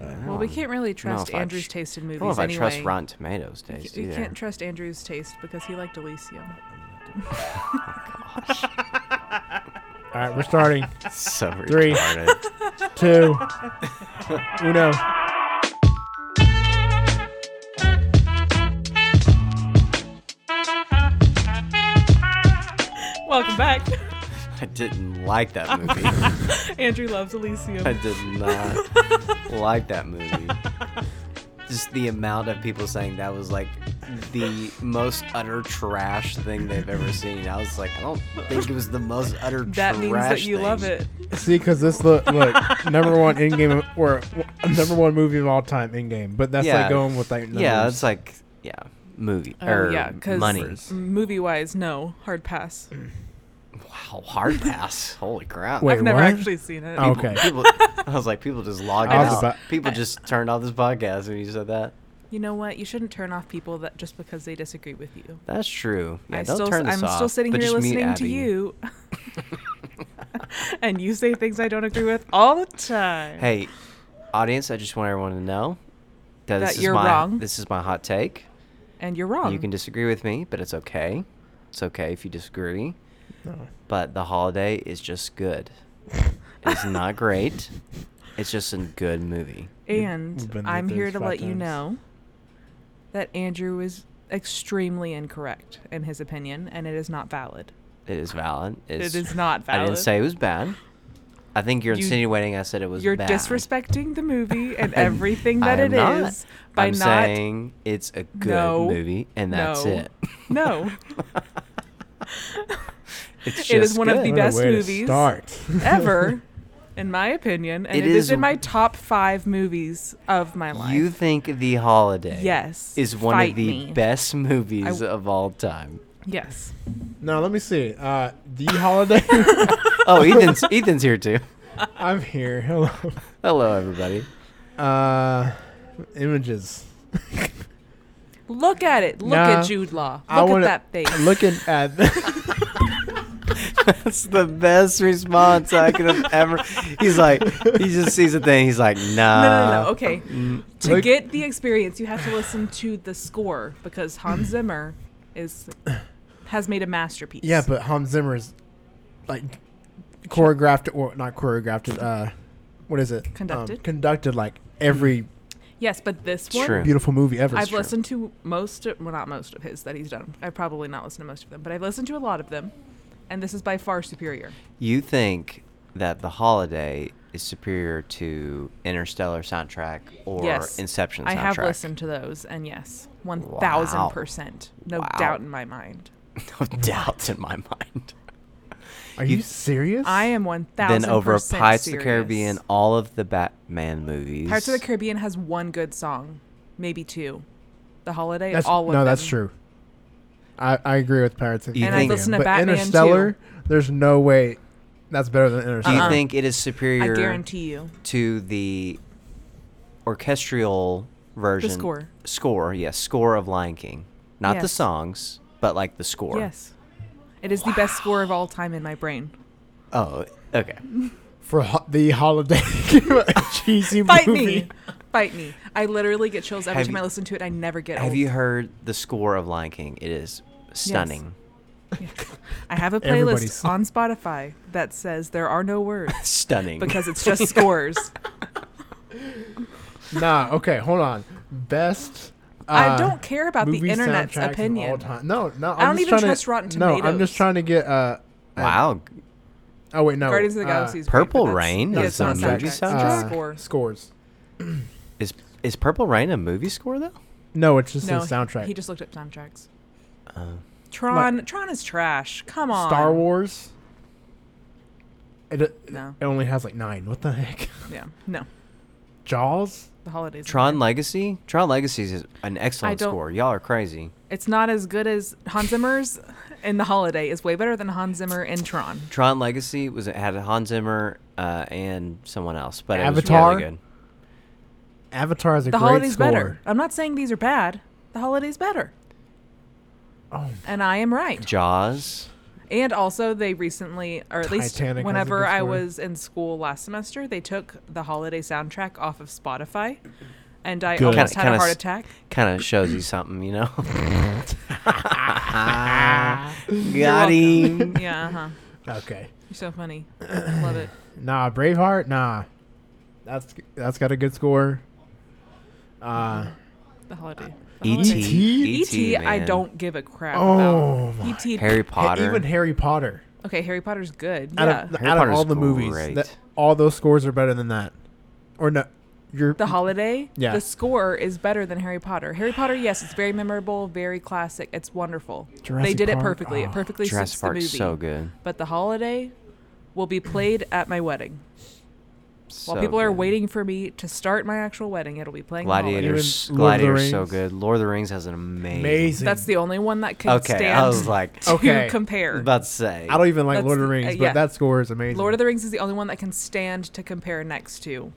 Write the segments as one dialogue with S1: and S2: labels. S1: we
S2: one.
S1: can't really
S2: Oh, I don't know
S1: trust
S2: if I
S1: Andrew's
S2: tr-
S1: taste in
S2: I
S1: movies
S2: don't know if I
S1: anyway.
S2: trust Rotten Tomatoes
S1: You-
S2: taste
S1: you
S2: either.
S1: can't trust Andrew's taste because he liked Elysium.
S3: All right, we're starting.
S2: so
S3: Three.
S2: retarded.
S3: Two, uno.
S1: Welcome back.
S2: I didn't like that movie.
S1: Andrew loves
S2: I
S1: Elysium.
S2: did not like that movie. Just the amount of people saying that was like the most utter trash thing they've ever seen. I was like, I don't think it was the most utter
S1: That
S2: trash.
S1: means that you
S2: thing.
S1: love it.
S3: See, because this look, look, number one in game or number one movie of all time in game, but that's
S2: Yeah.
S3: like going with like numbers.
S2: Yeah, it's like yeah, movie
S1: Oh,
S2: or
S1: yeah, 'cause- mm.
S2: money.
S1: Movie wise, no. Hard pass.
S2: Wow, hard pass. Holy crap.
S3: Wait,
S1: I've never
S3: what?
S1: actually seen it.
S3: Oh.
S2: People-
S3: okay.
S2: people- I was like, people just logged
S3: I was
S2: out.
S3: about-
S2: people just turned off this podcast when you said that.
S1: You know what? You shouldn't turn off people that just because they disagree with you.
S2: That's true. Yeah,
S1: I
S2: don't
S1: still,
S2: turn this
S1: I'm
S2: off,
S1: still sitting
S2: but
S1: here
S2: just mute
S1: listening to
S2: Abby.
S1: you, and you say things I don't agree with all the time.
S2: Hey, audience, I just want everyone to know that,
S1: That
S2: this is
S1: you're
S2: my,
S1: wrong.
S2: This is my hot take.
S1: and you're wrong.
S2: You can disagree with me, but it's okay. It's okay if you disagree.
S3: No.
S2: But the holiday is just good. It's not great. It's just a good movie.
S3: We've
S1: and
S3: been
S1: I'm
S3: through
S1: here
S3: this
S1: to
S3: five
S1: let you
S3: times.
S1: know that Andrew is extremely incorrect in his opinion, and it is not valid.
S2: It is valid. It's,
S1: It is not
S2: I
S1: valid.
S2: didn't say it was bad. I think you're
S1: You-
S2: insinuating I said it was
S1: You're
S2: bad.
S1: disrespecting the movie and
S2: I-
S1: everything that
S2: I
S1: it
S2: am
S1: is
S2: not.
S1: by
S2: I'm
S1: not.
S2: saying it's a good
S1: No.
S2: movie, and that's
S1: No.
S2: it.
S1: No.
S2: It's just
S1: It is one of the
S2: good.
S3: What
S1: best
S3: a way
S1: movies.
S3: To start.
S1: Ever, in my opinion, and
S2: It
S1: it is,
S2: is-
S1: in my top five movies of my life.
S2: You think The Holiday
S1: Yes.
S2: is one
S1: Fight
S2: of the
S1: me.
S2: best movies of all time?
S1: Yes.
S3: Now let me see. Uh, the holiday.
S2: Oh, Ethan's Ethan's here too.
S3: I'm here. Hello.
S2: Hello, everybody.
S3: Uh, images.
S1: Look at it. Look
S3: Nah,
S1: at Jude Law. Look
S3: I
S1: at
S3: wanna-
S1: that face.
S3: Looking at.
S2: That's the best response I could have ever. He's like, he just sees a thing. He's like, nah. Mm.
S1: No, no, no. Okay. To
S3: Look-
S1: get the experience, you have to listen to the score because Hans Zimmer is has made a masterpiece.
S3: Yeah, but Hans Zimmer's like choreographed or not choreographed. Uh, what is it? Um,
S1: Conducted.
S3: conducted like every
S1: Yes, but this one
S2: True.
S3: beautiful movie ever.
S1: I've listened to most of, well not most of his that he's done. I've probably not listened to most of them, but I've listened to a lot of them. And this is by far superior.
S2: You think that The Holiday is superior to Interstellar soundtrack or
S1: yes.
S2: Inception soundtrack?
S1: I have listened to those and yes. One thousand percent. No
S2: Wow.
S1: doubt in my mind.
S2: No doubts in my mind.
S3: Are you,
S2: you-
S3: serious?
S1: I am one thousand
S2: Then
S1: percent.
S2: over Pirates
S1: serious.
S2: of the Caribbean, all of the Batman movies.
S1: Pirates of the Caribbean has one good song, maybe two. The Holiday,
S3: That's,
S1: all of
S3: no,
S1: them.
S3: that's true. I, I agree with Pirates of the
S2: You
S1: And I've
S3: Caribbean,
S2: think-
S1: listened to
S3: but
S1: Batman
S3: Interstellar. There's no way that's better than
S2: Do you
S3: Interstellar.
S1: Uh-uh.
S2: think it is
S1: too. I
S2: superior?
S1: guarantee you.
S2: to the orchestral version
S1: score.
S2: score yes score of lion king not the
S1: Yes.
S2: songs but like the score
S1: Yes. It is the best score of all time in my brain.
S2: oh okay
S3: For ho- the holiday cheesy
S1: Fight
S3: movie.
S1: me. Fight me. I literally get chills every
S2: Have
S1: time
S2: you-
S1: I listen to it. I never get
S2: have
S1: old.
S2: you heard the score of lion king it is stunning
S1: I have a playlist
S3: Everybody's-
S1: on Spotify that says there are no words
S2: stunning
S1: because it's just scores.
S3: Nah, okay, hold on. Best.
S1: I
S3: uh,
S1: don't care about the
S3: movie
S1: internet's
S3: soundtracks of All
S1: opinion.
S3: time. No, no.
S1: don't
S3: I'm just
S1: even
S3: trying to-
S1: trust Rotten
S3: No, I'm
S1: Tomatoes.
S3: just trying to get. Uh, a-
S2: wow
S3: Oh wait, no.
S1: Guardians of the
S3: uh,
S1: Galaxy is great,
S2: Purple
S1: but that's-
S2: Rain
S1: yeah,
S2: is
S1: it's not
S2: the
S1: a
S2: movie
S1: soundtrack.
S2: soundtrack?
S1: It's a score.
S3: Scores.
S2: is is purple rain a movie score though
S3: No, it's just
S1: No,
S3: a soundtrack. Uh,
S1: He, just looked up soundtracks.
S2: Oh.
S1: Tron. Tron is trash. Come on.
S3: Star Wars. It, it
S1: No.
S3: only has like nine. What the heck?
S1: Yeah. No.
S3: Jaws.
S1: The holidays. are
S2: tron
S1: better.
S2: legacy tron legacy is an excellent
S1: don't-
S2: score y'all are crazy
S1: It's not as good as Hans Zimmer's in the holiday. Is way better than Hans Zimmer in Tron.
S2: tron legacy was it had hans zimmer uh, and someone else but it
S3: Avatar?
S2: was really good
S3: Avatar is a
S1: The
S3: great
S1: holiday's
S3: score.
S1: better. I'm not saying these are bad. The holiday's better.
S3: Oh,
S1: And I am right.
S2: jaws
S1: And also, they recently, or at least
S3: Titanic has a
S1: whenever
S3: good
S1: I
S3: story.
S1: was in school last semester, they took the holiday soundtrack off of Spotify and I
S4: Good.
S1: almost
S2: Kinda-
S1: had a
S2: kinda
S1: heart
S2: s-
S1: attack.
S2: Kind of shows you something, you know.
S1: You're
S2: Ah, Got
S1: welcome.
S2: him.
S1: yeah, uh huh.
S3: Oh, Okay.
S1: You're so funny. Love it.
S3: Nah, Braveheart. Nah, that's that's got a good score. Uh,
S1: The holiday. The
S2: E.T.
S1: holiday.
S2: E.T.
S1: E.T. E I
S2: E man.
S1: don't give a crap
S3: Oh
S1: about. E
S3: my
S1: E.T.
S2: Harry
S3: ha-
S2: Potter.
S3: even Harry Potter.
S1: Okay, Harry Potter's good.
S3: Out
S1: Yeah.
S3: of,
S2: Harry
S3: out of
S2: Potter's
S3: all the movies,
S2: great.
S3: that, all those scores are better than that. Or no, you're
S1: The holiday.
S3: Yeah.
S1: The score is better than Harry Potter. Harry Potter, yes, it's very memorable, very classic. It's wonderful. they
S3: Jurassic
S1: did it
S3: Park,
S1: perfectly.
S3: oh.
S1: It perfectly
S2: Jurassic
S1: suits the movie.
S2: Park's so good.
S1: But the holiday will be played at my wedding. While
S2: So
S1: people are
S2: good.
S1: waiting for me to start my actual wedding, it'll be playing. the holiday.
S2: Gladiators,
S3: Even Lord of the
S2: Gladiators, so
S3: Rings.
S2: good. Lord of the Rings has an amazing.
S3: amazing.
S1: That's the only one that can
S2: Okay,
S1: stand
S2: I was like
S1: to
S3: Okay.
S1: compare.
S2: about to say.
S3: I don't even like
S1: That's
S3: Lord of
S1: the-
S3: the Rings,
S1: uh,
S3: but
S1: yeah.
S3: that score is amazing.
S1: Lord of the Rings is the only one that can stand to compare next to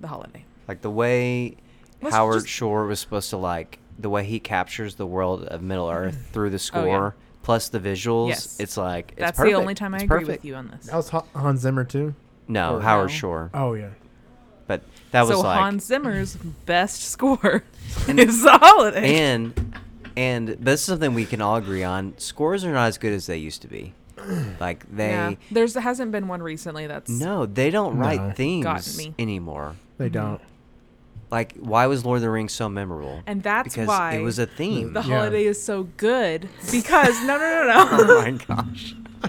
S1: the holiday.
S2: like the way
S1: Let's
S2: Howard
S1: just-
S2: Shore was supposed to like the way he captures the world of Middle Earth through the
S1: Oh,
S2: score
S1: yeah.
S2: plus the visuals.
S1: Yes.
S2: It's like it's
S1: That's
S2: perfect.
S1: the only time I
S2: It's
S1: agree
S2: perfect.
S1: with you on this.
S3: that was Ha- Hans Zimmer too.
S2: No,
S1: Or
S2: Howard
S1: no.
S2: Shore,
S3: Oh yeah.
S2: but that was
S1: so
S2: like
S1: Hans Zimmer's best score is the holiday.
S2: and and this is something we can all agree on. Scores are not as good as they used to be. Like they
S1: yeah, there's hasn't been one recently that's
S2: no, they don't write
S3: No.
S1: Gotten
S2: themes
S1: me.
S2: anymore.
S3: They don't.
S2: Like why was Lord of the Rings so memorable?
S1: and that's
S2: because
S1: why
S2: it was a theme.
S1: the
S3: Yeah.
S1: holiday is so good because no no no
S2: oh my gosh.
S1: no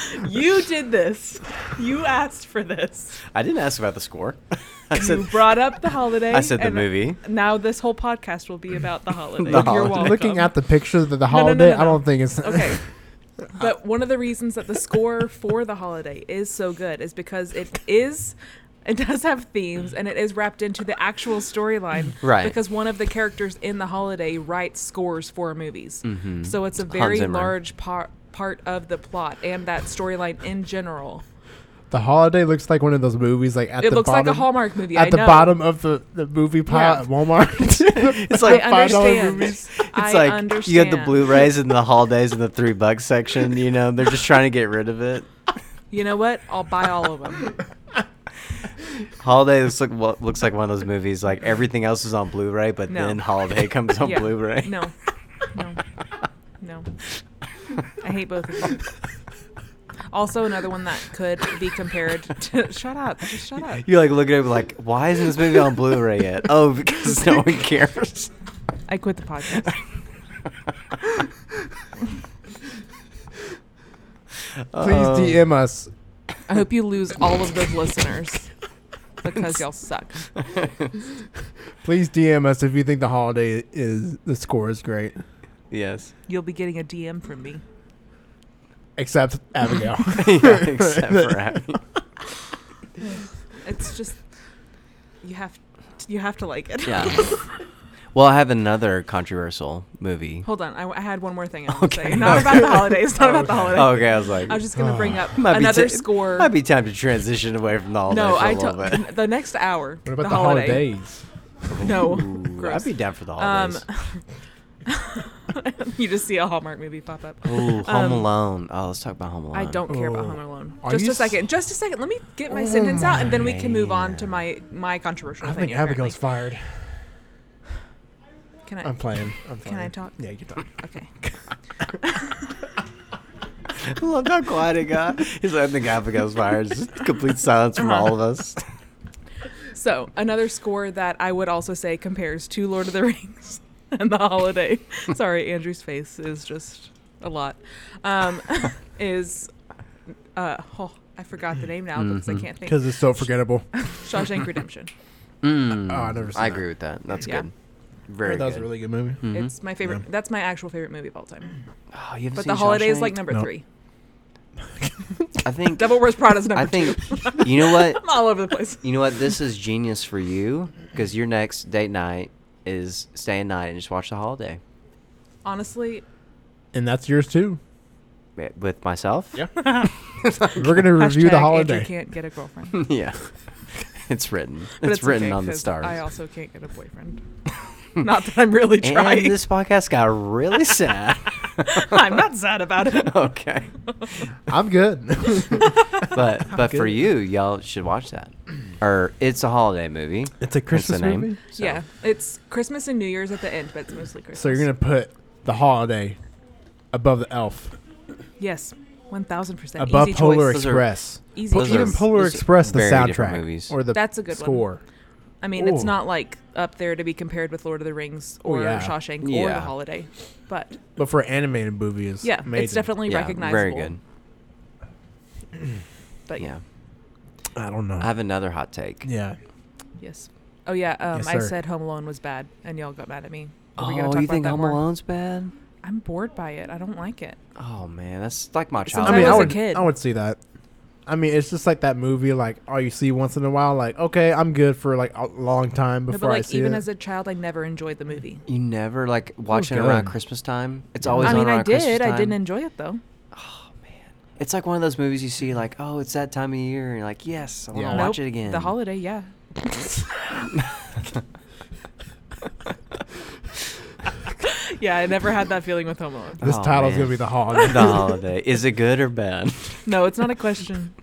S1: you did this you asked for this
S2: I didn't ask about the score. I
S1: you brought up the holiday
S2: I said the
S1: and
S2: movie.
S1: now this whole podcast will be about the holiday
S2: The
S3: Oh,
S1: You're
S2: holiday.
S1: welcome.
S3: Looking at the pictures of the
S1: no, no,
S3: holiday,
S1: no,
S3: I
S1: no.
S3: don't think it's
S1: okay but one of the reasons that the score for the holiday is so good is because it is it does have themes and it is wrapped into the actual storyline
S2: Right.
S1: because one of the characters in the holiday writes scores for movies so it's a very
S2: Mm-hmm. Zimmer.
S1: large par- part of the plot and that storyline in general
S3: the holiday looks like one of those movies like at
S1: it
S3: the
S1: looks
S3: bottom,
S1: like a hallmark movie
S3: at
S1: I
S3: the
S1: know.
S3: bottom of the, the movie pile
S1: Yeah.
S3: at Walmart. it's
S1: i understand
S2: It's
S1: I
S2: like
S1: understand.
S2: you had the Blu-rays and the holidays and the three bucks section. You know, they're just trying to get rid of it.
S1: you know what i'll buy all of them
S2: Holiday looks like well, looks like one of those movies. Like everything else is on Blu-ray, but
S1: No.
S2: then Holiday comes on
S1: Yeah.
S2: Blu-ray.
S1: No. No. No. I hate both of you. Also, another one that could be compared to. Shut up. Just shut up.
S2: You like look at it like, why isn't this movie on Blu-ray yet? Oh, because no one cares.
S1: I quit the podcast.
S3: Please
S2: Oh.
S3: DM us.
S1: I hope you lose all of those listeners because y'all suck.
S3: Please DM us if you think the holiday is the score is great.
S2: Yes.
S1: You'll be getting a DM from me.
S3: Except Abigail.
S2: yeah, except for Abby.
S1: It's just you have you have to like it.
S2: Yeah. Well, I have another controversial movie.
S1: Hold on, I, I had one more thing. I want to
S2: Okay.
S1: say. Not about the holiday. It's not about the holiday.
S2: Okay, I was like,
S1: I was just gonna bring up
S2: might be
S1: another
S2: ti-
S1: score.
S2: might be time to transition away from the holidays
S1: no,
S2: for a
S1: I
S2: little bit.
S1: don't. The next hour.
S3: what about the,
S1: holiday.
S3: holidays?
S1: No.
S2: Ooh,
S1: Gross.
S2: I'd be down for the
S1: Um,
S2: holidays.
S1: you just see a Hallmark movie pop up.
S2: Ooh,
S1: um,
S2: Home Alone. Oh, let's talk about Home Alone.
S1: I don't care about
S3: Oh.
S1: Home Alone.
S3: Are
S1: Just
S3: you
S1: a
S3: s-
S1: second. Just a second. Let me get my
S3: Oh
S1: sentence out, and then we
S2: my
S1: can move on to my my controversial
S3: I think
S1: opinion.
S3: Abigail's
S1: apparently.
S3: fired.
S1: Can I?
S3: I'm playing. I'm
S1: Can
S3: playing.
S1: I talk?
S3: Yeah, you can talk.
S1: okay.
S2: Look how quiet it got. He's like, I think Abigail's fired. Just complete silence from
S1: Uh-huh.
S2: all of us.
S1: So another score that I would also say compares to Lord of the Rings and The Holiday. Sorry, Andrew's face is just a lot. Um, is uh, oh, I forgot the name now because
S2: Mm-hmm.
S1: I can't think.
S3: Because it's so forgettable.
S1: Shawshank Redemption.
S2: Mm,
S3: Oh, I never seen
S2: I
S3: that.
S2: agree with that. That's
S1: Yeah.
S2: good. Very
S3: that was a
S2: good.
S3: really good movie.
S2: Mhm.
S1: It's my favorite. That's my actual favorite movie of all time.
S2: Oh, you haven't
S1: But
S2: seen
S1: The Holiday is like
S2: Shawshank?
S1: number
S3: No.
S1: three.
S2: I think.
S1: Devil Wears Prada's number
S2: I
S1: two.
S2: think. You know what?
S1: I'm all over the place.
S2: You know what? This is genius for you because your next date night is stay a night and just watch The Holiday
S1: Honestly,
S3: And that's yours too.
S2: Wi- with myself.
S3: Yeah. We're gonna review
S1: hashtag
S3: the
S1: Andrew
S3: holiday.
S1: can't get a girlfriend.
S2: yeah. It's written. It's,
S1: But
S2: written
S1: okay,
S2: on the
S1: 'cause
S2: stars.
S1: I also can't get a boyfriend. Not that I'm really trying.
S2: And this podcast got really sad.
S1: I'm not sad about it.
S2: okay.
S3: I'm good.
S2: But but for
S3: Good.
S2: you, y'all should watch that. or it's a holiday movie.
S3: It's a Christmas
S2: name.
S3: movie.
S2: So-
S1: Yeah, it's Christmas and New Year's at the end, but it's mostly Christmas.
S3: So you're gonna put the holiday above the elf,
S1: yes, one thousand percent
S3: above
S1: easy
S3: Polar
S1: choice.
S2: Those are-
S3: Express,
S1: Easy
S2: Those
S3: But
S2: are-
S1: choice.
S3: even Polar
S2: those are
S3: Express, the
S2: very different
S3: soundtrack
S2: movies.
S3: or the
S1: That's a good one.
S3: score.
S1: I mean, it's
S3: Ooh.
S1: not like up there to be compared with Lord of the Rings
S3: Oh,
S1: or
S3: yeah.
S1: Shawshank or
S2: Yeah.
S1: The Holiday, but
S3: But for an animated movie, is
S1: yeah,
S3: amazing.
S1: it's definitely
S2: yeah,
S1: recognizable.
S2: very good.
S1: But yeah,
S2: Yeah,
S3: I don't know.
S2: I have another hot take.
S3: yeah,
S1: yes. Oh yeah, um,
S3: Yes,
S1: I
S3: sir.
S1: said Home Alone was bad, and y'all got mad at me. Are we gonna
S2: Oh,
S1: talk
S2: you
S1: about
S2: think
S1: that
S2: Home
S1: more?
S2: Alone's bad?
S1: I'm bored by it. I don't like it.
S2: Oh man, that's like my
S1: Since
S2: childhood.
S3: I mean,
S1: I
S3: I,
S1: was a
S3: would,
S1: kid.
S3: I would see that. I mean, it's just like that movie, like oh, you see once in a while, like okay, I'm good for like a long time
S1: No,
S3: before
S1: but
S3: I
S1: like
S3: see
S1: even
S3: it.
S1: as a child, I never enjoyed the movie.
S2: You never like watching it
S3: good.
S2: around Christmas time. It's always
S1: I
S2: on
S1: mean,
S2: around
S1: I
S2: Christmas
S1: did. I
S2: time.
S1: didn't enjoy it though.
S2: It's like one of those movies you see, like, oh, it's that time of year, and you're like, yes, I want to
S3: Yeah.
S2: watch
S1: Nope.
S2: it again.
S1: The holiday, yeah. yeah, I never had that feeling with Home Alone.
S3: this
S2: Oh,
S3: title's
S2: man.
S3: gonna be the holiday.
S2: the holiday. Is it good or bad?
S1: No, it's not a question.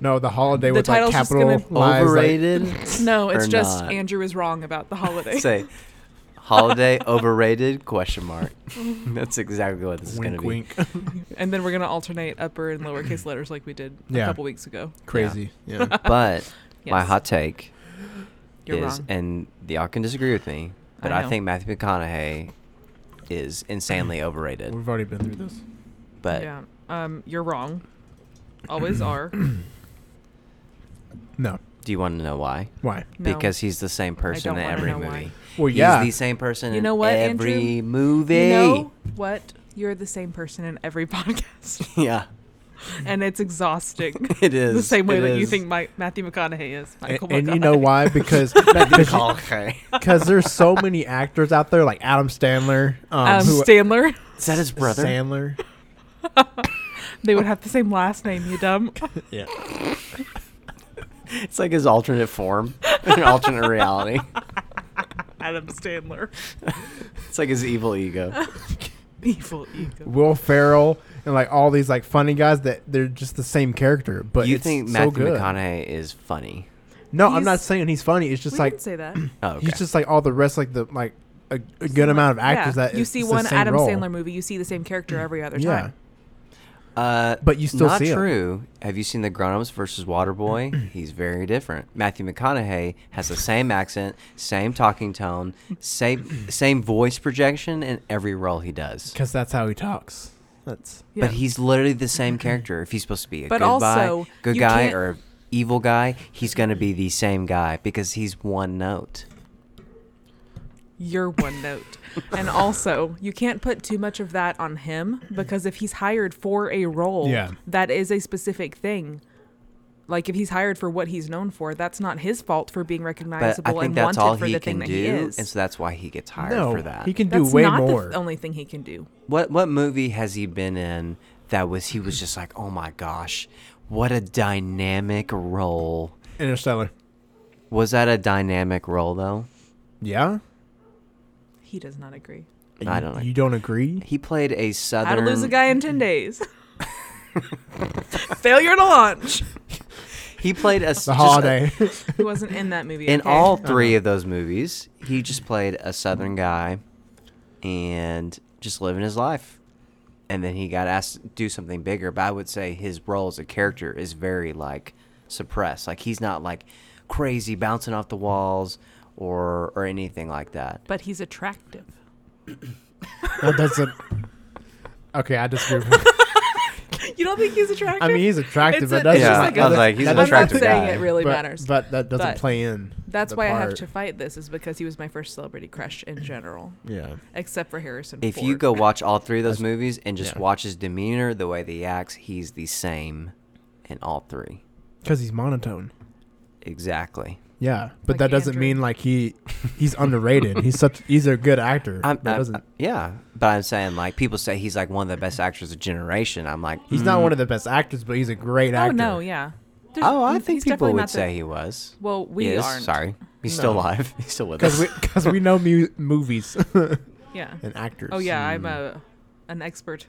S3: no, the holiday
S1: The
S3: with like
S1: title's just
S3: capital
S1: gonna-
S3: lies, like-
S2: Overrated?
S1: No, it's
S2: Or
S1: just
S2: not.
S1: Andrew is wrong about the holiday.
S2: Say, holiday overrated? Question mark. That's exactly what this is going to
S3: wink,
S2: be.
S3: wink.
S1: And then we're gonna alternate upper and lowercase letters like we did a
S3: Yeah.
S1: couple weeks ago.
S3: Crazy. Yeah.
S2: But my
S1: Yes.
S2: hot take
S1: You're
S2: is,
S1: wrong.
S2: and y'all can disagree with me, but
S1: I
S2: I,
S1: know.
S2: think Matthew McConaughey is insanely overrated.
S3: We've already been through this.
S2: But
S1: yeah. Um, you're wrong. Always are.
S3: No.
S2: do you want to know why?
S3: Why?
S1: No.
S2: Because he's the same person
S1: don't
S2: in
S1: wanna
S2: every
S1: know
S2: movie.
S1: why.
S3: Well, yeah.
S2: He's the same person
S1: You
S2: in
S1: know what,
S2: every
S1: Andrew?
S2: movie.
S1: you know what? You're the same person in every podcast,
S2: Yeah,
S1: and it's exhausting.
S2: it is.
S1: the same way
S2: It
S1: that you
S2: is.
S1: think my, Matthew McConaughey is.
S3: A-
S1: Michael
S3: and you
S1: McConaughey.
S3: know why? Because
S2: Okay.
S3: because there's so many actors out there like Adam Sandler, um,
S1: Um,
S3: who-
S1: Stanler,
S2: Is that his brother?
S3: Sandler.
S1: they would have the same last name. You dumb.
S3: Yeah.
S2: It's like his alternate form, an alternate reality.
S1: Adam Stanler,
S2: It's like his evil ego.
S1: evil ego.
S3: Will Ferrell and like all these like funny guys that they're just the same character, but
S2: you
S3: it's
S2: think
S3: so
S2: Matthew
S3: good.
S2: McConaughey is funny?
S3: No, I'm
S1: He's-
S3: not saying he's funny. It's just
S1: we
S3: like
S1: didn't say that.
S2: Oh, okay.
S3: he's just like all the rest like the like a, a good amount of actors
S1: yeah.
S3: that
S1: you
S3: it's-
S1: see
S3: it's
S1: one
S3: the same
S1: Adam
S3: role.
S1: Sandler movie, you see the same character every other
S3: Yeah.
S1: time.
S2: uh,
S3: but you still
S2: not
S3: see him.
S2: true. Have you seen the Grown-ups versus Waterboy? He's very different. Matthew McConaughey has the same accent, same talking tone, same same voice projection in every role he does.
S3: because that's how he talks. That's
S1: Yeah.
S2: But he's literally the same character. If he's supposed to be a
S1: But
S2: good,
S1: also,
S2: guy, good
S1: you
S2: guy
S1: can't-
S2: or evil guy, he's going to be the same guy because he's one note.
S1: You're one note. and also, you can't put too much of that on him because if he's hired for a role
S3: Yeah.
S1: that is a specific thing, like if he's hired for what he's known for, that's not his fault for being
S2: But
S1: recognizable
S2: I think
S1: and
S2: that's
S1: wanted
S2: all
S1: for
S2: he
S1: the thing
S2: can
S1: that he
S2: do,
S1: is.
S2: and so that's why he gets hired
S3: no,
S2: for that.
S3: he can do
S1: that's
S3: way
S1: not
S3: more.
S1: the only thing he can do.
S2: What what movie has he been in that was he was just like, oh my gosh, what a dynamic role.
S1: oh.
S3: Interstellar,
S2: Was that a dynamic role though?
S3: yeah.
S1: He does not agree.
S2: I
S3: You-
S2: don't know.
S3: You don't agree?
S2: He played a southern.
S1: How to lose a guy in 10 days. Failure to launch.
S2: He played a s-
S3: The
S2: just uh, a-
S3: holiday.
S1: He wasn't in that movie.
S2: in
S1: okay? Uh-huh.
S2: all 3 of those movies, he just played a southern guy, and just living his life. And then he got asked to do something bigger. But I would say his role as a character is very like suppressed. Like he's not like crazy bouncing off the walls or or anything like that.
S1: But he's attractive.
S3: that doesn't. Okay, I disagree. With
S1: You don't think he's attractive?
S3: I mean, he's attractive,
S1: It's
S3: but
S1: a-
S3: doesn't.
S1: it's just
S2: Yeah,
S1: like
S2: I was
S1: a-
S2: like, he's an
S1: I'm
S3: that doesn't-
S1: not
S2: attractive
S1: saying
S2: guy.
S1: it really
S3: but-
S1: matters.
S3: But that doesn't
S1: But
S3: play in.
S1: That's
S3: the
S1: why I have
S3: part.
S1: to fight this, is because he was my first celebrity crush in general,
S3: Yeah.
S1: except for Harrison.
S2: If you
S1: Ford.
S2: go watch all three of those movies and just
S3: yeah.
S2: watch his demeanor, the way that he acts, he's the same in all three.
S3: Because he's monotone.
S2: Exactly.
S3: Yeah, but
S1: Like
S3: that doesn't
S1: Andrew.
S3: mean like he he's underrated. he's such he's a good actor.
S2: I'm,
S3: that
S2: I'm-
S3: doesn't.
S2: yeah, but I'm saying like people say he's like one of the best actors of generation. I'm like, mm.
S3: he's not one of the best actors, but he's a great
S1: oh
S3: actor.
S1: no, yeah. There's-
S2: oh, I
S1: he's-
S2: think
S1: he's
S2: people
S1: definitely
S2: would
S1: not the-
S2: say he was.
S1: Well, we
S2: He is,
S1: aren't.
S2: Sorry, he's still
S3: No.
S2: alive. He's still with us.
S3: because we because we know mu- movies
S1: Yeah.
S3: and actors.
S1: Oh yeah, I'm a an expert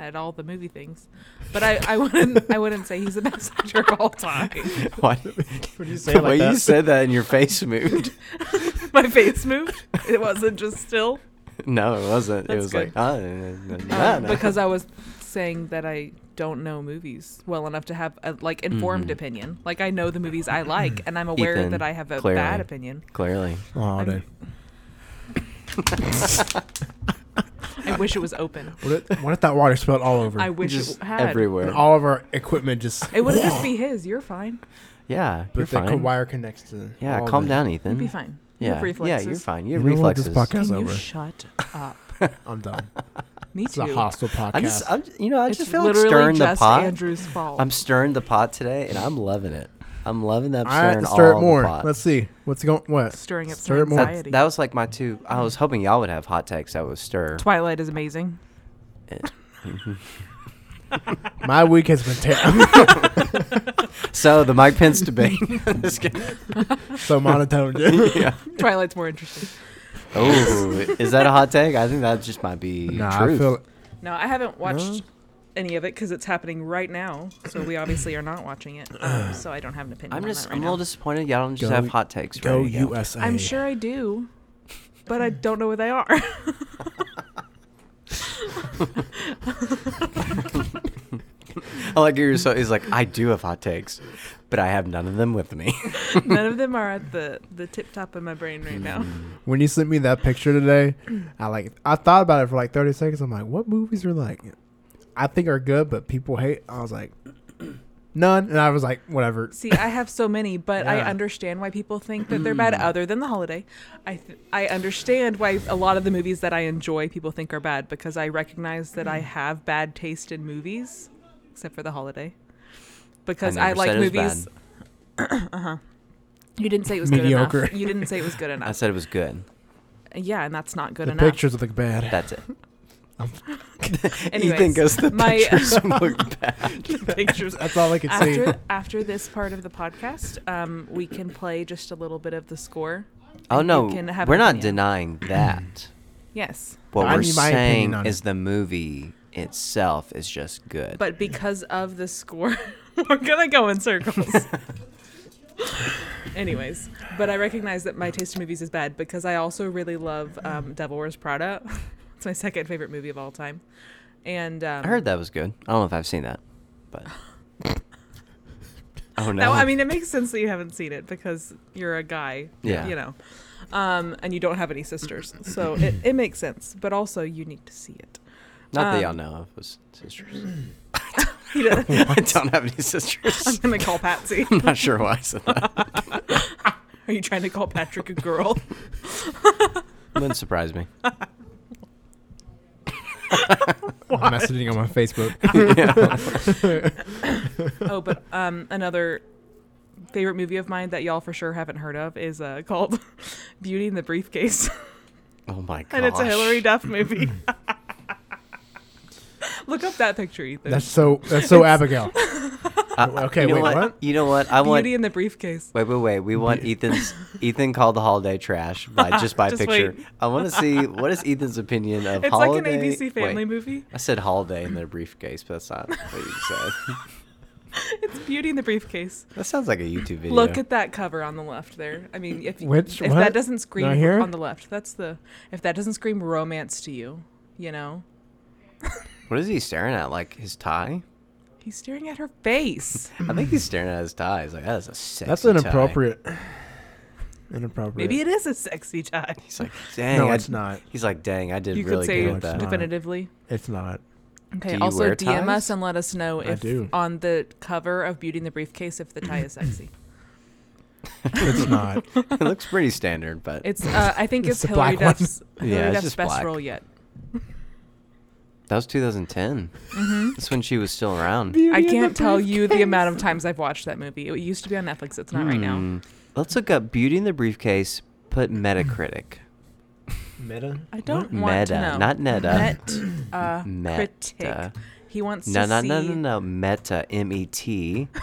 S1: at all the movie things, but I, I wouldn't I wouldn't say he's the best actor of all time.
S2: Why,
S3: What do you say
S2: the
S3: like
S2: way you
S3: that?
S2: said that and your face moved.
S1: My face moved. It wasn't just still
S2: No, it wasn't. it
S1: That's
S2: was like
S1: good.
S2: ah, no, no, no,
S1: um,
S2: no.
S1: because I was saying that I don't know movies well enough to have a like informed opinion. Like I know the movies I like, and I'm aware
S2: Mm-hmm. Ethan,
S1: that I have a
S2: clearly.
S1: bad opinion.
S2: clearly.
S3: Oh, dude.
S1: I wish it was open.
S3: What if, what if that water spilled all over?
S1: I wish
S2: Just
S1: it had.
S3: and
S2: everywhere.
S3: all of our equipment just.
S1: It wouldn't just be his. You're fine.
S2: Yeah,
S3: But
S2: you're
S3: the
S2: fine.
S3: wire connects to.
S2: Yeah,
S3: all
S2: calm
S3: the-
S2: down,
S1: You'd
S2: Ethan.
S1: be fine. You
S2: Yeah,
S1: have
S2: yeah,
S1: reflexes.
S2: you're fine. You have
S3: You know what? This
S2: reflexes.
S3: podcast-
S1: Can
S3: That's
S1: you
S3: over.
S1: shut up?
S3: I'm done.
S1: Me
S3: It's
S1: too.
S3: a hostile podcast.
S2: I just, I'm, you know, I
S1: It's
S2: just feel like
S1: literally
S2: stirring the
S1: just
S2: pot.
S1: Andrew's fault.
S2: I'm stirring the pot today, and I'm loving it. I'm loving that. I'm
S3: I
S2: stirring
S3: have to stir
S2: all
S3: it more.
S2: The pot.
S3: Let's see what's going. What
S1: Stirring up some
S3: Stir it more.
S1: anxiety.
S2: That, that was like my two. I was hoping y'all would have hot takes that would stir.
S1: Twilight is amazing.
S3: My week has been terrible.
S2: So the Mike Pence debate. Just kidding.
S3: so monotone. Dude.
S2: yeah.
S1: Twilight's more interesting.
S2: Oh, is that a hot take? I think that just might be
S3: Nah,
S2: truth.
S3: I feel.
S1: No, I haven't watched any of it because it's happening right now. So we obviously are not watching it. Um, so I don't have an opinion.
S2: I'm
S1: on
S2: just.
S1: that right
S2: I'm a
S1: now.
S2: little disappointed. Y'all don't just
S3: Go-
S2: have hot takes.
S3: Go
S2: ready to go.
S3: USA.
S1: I'm sure I do, but I don't know where they are.
S2: I like you're so. He's like, I do have hot takes, but I have none of them with me.
S1: None of them are at the the tip top of my brain right now.
S2: Hmm.
S3: When you sent me that picture today, I like. I thought about it for like 30 seconds. I'm like, what movies are like? I think are good, but people hate. I was like, none. And I was like, whatever.
S1: See, I have so many, but I
S3: Yeah. Mm.
S1: understand why people think that they're bad. Other than the holiday, I th- I understand why a lot of the movies that I enjoy people think are bad because I recognize that
S3: Mm.
S1: I have bad taste in movies, except for the holiday, because I,
S2: never
S1: like
S2: said it was
S1: movies. Uh-huh.
S2: bad.
S1: You didn't say it was good
S3: Mediocre.
S1: enough. You didn't say it was good
S2: I
S1: enough.
S2: said it was good.
S1: yeah, and that's not good
S3: The
S1: enough.
S3: pictures look bad.
S2: That's it.
S1: Anyways,
S2: Ethan goes the
S1: my-
S2: pictures look bad.
S1: pictures.
S3: That's all I could see.
S1: After after this part of the podcast, um, we can play just a little bit of the score.
S2: Oh
S1: You
S2: no,
S1: can have
S2: we're
S1: an
S2: not
S1: opinion.
S2: denying that.
S1: Yes.
S2: What
S3: I
S2: we're
S3: need my
S2: saying
S3: opinion on
S2: is the movie itself is just good.
S1: but because of the score, we're gonna go in circles. Anyways, but I recognize that my taste in movies is bad because I also really love um, Devil Wears Prada. it's my second favorite movie of all time, and um,
S2: I heard that was good. I don't know if I've seen that, but oh no.
S1: Now, I mean, it makes sense that you haven't seen it because you're a guy,
S2: Yeah.
S1: you know, um, and you don't have any sisters, so it, it makes sense. But also, you need to see it.
S2: not that y'all
S1: um,
S2: know of was sisters.
S1: You know,
S2: I don't have any sisters.
S1: I'm gonna call Patsy.
S2: I'm not sure why I said that.
S1: Are you trying to call Patrick a girl?
S2: Wouldn't surprise me.
S3: I'm messaging on my Facebook.
S1: oh, but um, another favorite movie of mine that y'all for sure haven't heard of is uh, called Beauty in the Briefcase,
S2: Oh my god.
S1: and it's a Hillary Duff movie. Look up that picture, Ethan.
S3: That's so. That's so Abigail. Okay,
S2: you know
S3: wait,
S2: what?
S3: what?
S2: Uh, You know what? I want.
S1: Beauty in the Briefcase.
S2: Wait, wait, wait. We want Ethan's. Ethan called the holiday trash by just by
S1: Just
S2: picture.
S1: wait.
S2: I want to see what is Ethan's opinion of
S1: It's like
S2: holiday.
S1: an ABC Family
S2: wait.
S1: movie.
S2: I said holiday in their briefcase, but that's not what you said.
S1: It's Beauty in the Briefcase.
S2: that sounds like a YouTube video.
S1: Look at that cover on the left there. I mean, if
S3: Which-
S1: if
S3: what?
S1: that doesn't scream
S3: Right here?
S1: on the left, that's the if that doesn't scream romance to you, you know,
S2: what is he staring at? Like his tie?
S1: he's staring at her face.
S2: I think he's staring at his tie. He's like, that is a sexy.
S3: That's
S2: tie."
S3: inappropriate. Inappropriate.
S1: Maybe it is a sexy tie.
S2: He's like, dang.
S3: No,
S2: I-
S3: it's not.
S2: He's like, dang. I did
S1: You
S2: really
S1: could say
S2: good with
S3: it's
S2: that.
S3: not.
S1: definitively.
S3: it's not.
S1: Okay.
S2: Do you
S1: also,
S2: wear
S1: DM
S2: ties?
S1: us and let us know
S3: I
S1: if
S3: do.
S1: on the cover of Beauty and the Briefcase if the tie is sexy.
S3: It's not.
S2: it looks pretty standard, but
S1: It's uh, I think it's,
S3: It's the
S1: Hillary
S3: black one.
S1: Duff's Hillary
S2: Yeah, it's
S1: Duff's
S2: just
S1: best
S2: black.
S1: role yet.
S2: that was 2010.
S1: Mm-hmm.
S2: That's when she was still around.
S1: I can't tell you the amount of times I've watched that movie. It used to be on Netflix. It's not right now.
S2: Hmm. Let's look up Beauty in the Briefcase. Put Metacritic.
S3: Meta.
S1: I don't want to
S2: Meta,
S1: know.
S2: not Neta.
S1: Met uh,
S2: Meta.
S1: critic. He wants
S2: No,
S1: to
S2: no,
S1: see
S2: no, no, no. Meta. M E T.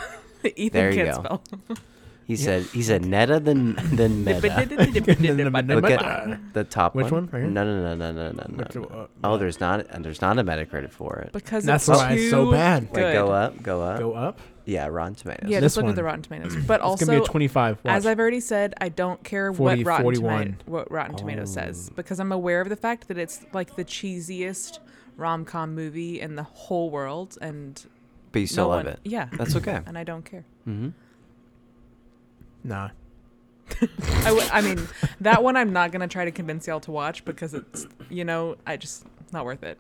S1: Ethan
S2: There you go.
S1: Kitzfeld.
S2: He said he said netta than than meta. Look at the top
S3: Which
S2: one.
S3: one? Right here?
S2: No, no, no, no, no, no, no,
S3: Which, uh,
S2: no. Oh, there's not and there's not a Metacritic for it.
S1: because
S3: That's
S1: it's
S3: why
S1: too
S3: it's so bad.
S1: Good.
S2: Wait, go up, go up.
S3: Go up.
S2: Yeah, Rotten Tomatoes.
S1: Yeah,
S3: This
S1: just look at the
S3: one.
S1: Rotten Tomatoes. But
S3: It's gonna
S1: also,
S3: be a twenty-five. Watch.
S1: as I've already said, I don't care
S3: 40,
S1: what Rotten,
S3: 41.
S1: Tomato, what Rotten Tomatoes
S2: Oh.
S1: says because I'm aware of the fact that it's like the cheesiest rom com movie in the whole world, and
S2: But you still
S1: no
S2: love
S1: one-
S2: it.
S1: Yeah,
S2: That's okay.
S1: and I don't care.
S2: Mm-hmm.
S3: nah.
S1: I, w- I mean, that one I'm not gonna try to convince y'all to watch because it's you know I just not worth it.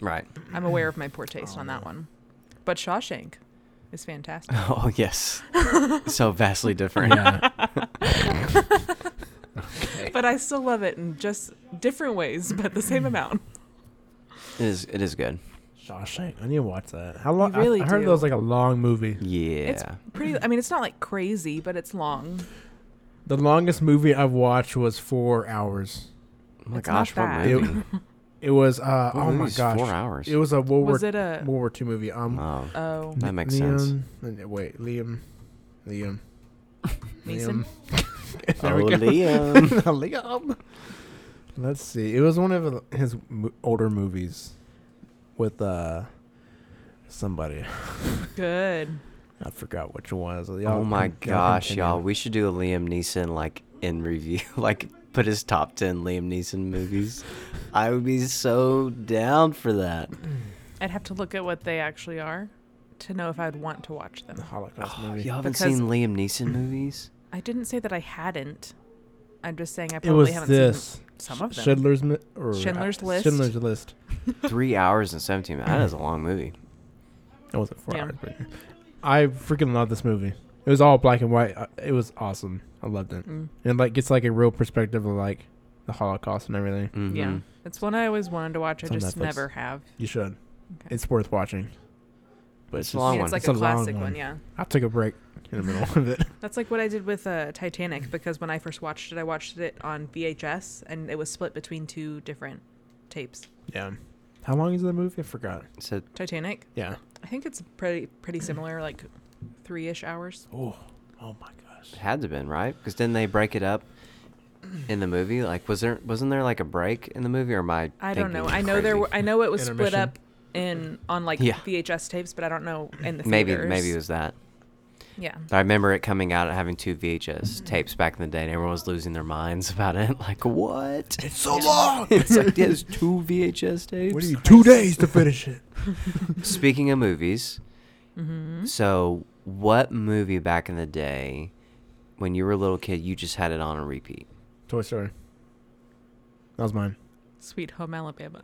S2: Right.
S1: I'm aware of my poor taste on that one, but Shawshank is fantastic.
S2: Oh yes. so vastly different.
S3: Yeah.
S1: But I still love it in just different ways, but the same amount.
S2: It is. It is good.
S3: Shawshank. I need to watch that. How long? I-
S1: really
S3: I, heard
S1: do.
S3: that was like a long movie.
S2: Yeah.
S1: It's pretty. I mean, it's not like crazy, but it's long.
S3: The longest movie I've watched was four hours.
S2: oh my
S1: it's not
S2: gosh, what
S1: bad.
S3: It,
S2: movie?
S3: it was. Uh,
S2: What
S3: oh my
S2: movie's
S3: gosh.
S2: Four hours.
S3: It was a World
S1: Was
S3: War
S1: it a?
S3: World War Two movie. Um,
S2: Wow.
S1: Oh,
S2: That makes
S3: Liam,
S2: sense.
S3: and- uh, Wait, Liam, Liam,
S1: Neeson?
S3: Liam. there
S2: oh,
S3: we go.
S2: Liam.
S3: Liam. Let's see. It was one of his mo- older movies with uh somebody.
S1: good.
S3: I forgot which one. it was. Y'all
S2: oh my
S3: can- y'all
S2: gosh,
S3: continue.
S2: y'all. We should do a Liam Neeson like in review, like put his top ten Liam Neeson movies. I would be so down for that.
S1: I'd have to look at what they actually are to know if I'd want to watch
S3: The
S1: them.
S3: Holocaust
S2: Oh,
S3: movie.
S2: y'all haven't
S1: Because-
S2: seen Liam Neeson movies?
S1: I didn't say that I hadn't. I'm just saying I
S3: It
S1: probably
S3: was
S1: haven't seen
S3: this.
S1: some of them.
S3: Schindler's, Mi- or, uh,
S1: Schindler's List?
S3: Schindler's List.
S2: Three hours and seventeen. minutes. That is a long movie.
S3: It wasn't four
S1: Yeah.
S3: hours. But I freaking love this movie. It was all black and white. Uh, It was awesome. I loved it.
S1: Mm,
S3: And it, like gets like a real perspective of like the Holocaust and everything.
S2: Mm-hmm.
S1: Yeah, it's one I always wanted to watch.
S3: It's
S1: I
S3: on
S1: just
S3: Netflix.
S1: never have.
S3: You should.
S1: Okay.
S3: It's worth watching. But
S2: It's
S3: it's
S2: a
S3: just-
S1: I
S2: long
S1: mean,
S2: one.
S1: it's like
S3: It's
S1: a,
S3: a long
S1: classic
S3: one.
S1: one. yeah.
S3: I took a break in the middle of it.
S1: That's like what I did with uh, Titanic because when I first watched it, I watched it on VHS and it was split between two different tapes.
S3: Yeah. How long is the movie? I forgot.
S2: It's a
S1: Titanic,
S3: Yeah.
S1: I think it's pretty pretty similar, like three ish hours.
S3: Oh. Oh my gosh.
S2: It had to been right because didn't they break it up in the movie? Like, was there wasn't there like a break in the movie or my?
S1: I don't know. I know there. Were, I know it was split
S3: Intermission.
S1: up in on like
S2: Yeah.
S1: VHS tapes, but I don't know in the
S2: maybe
S1: theaters.
S2: maybe it was that.
S1: yeah.
S2: But I remember it coming out and having two VHS tapes back in the day, and everyone was losing their minds about it. Like, what?
S3: It's so long.
S2: it's like there's two VHS tapes.
S3: What are you? Two days to finish it.
S2: Speaking of movies,
S1: Mm-hmm.
S2: so what movie back in the day, when you were a little kid, you just had it on a repeat?
S3: Toy Story. That was mine.
S1: Sweet Home Alabama.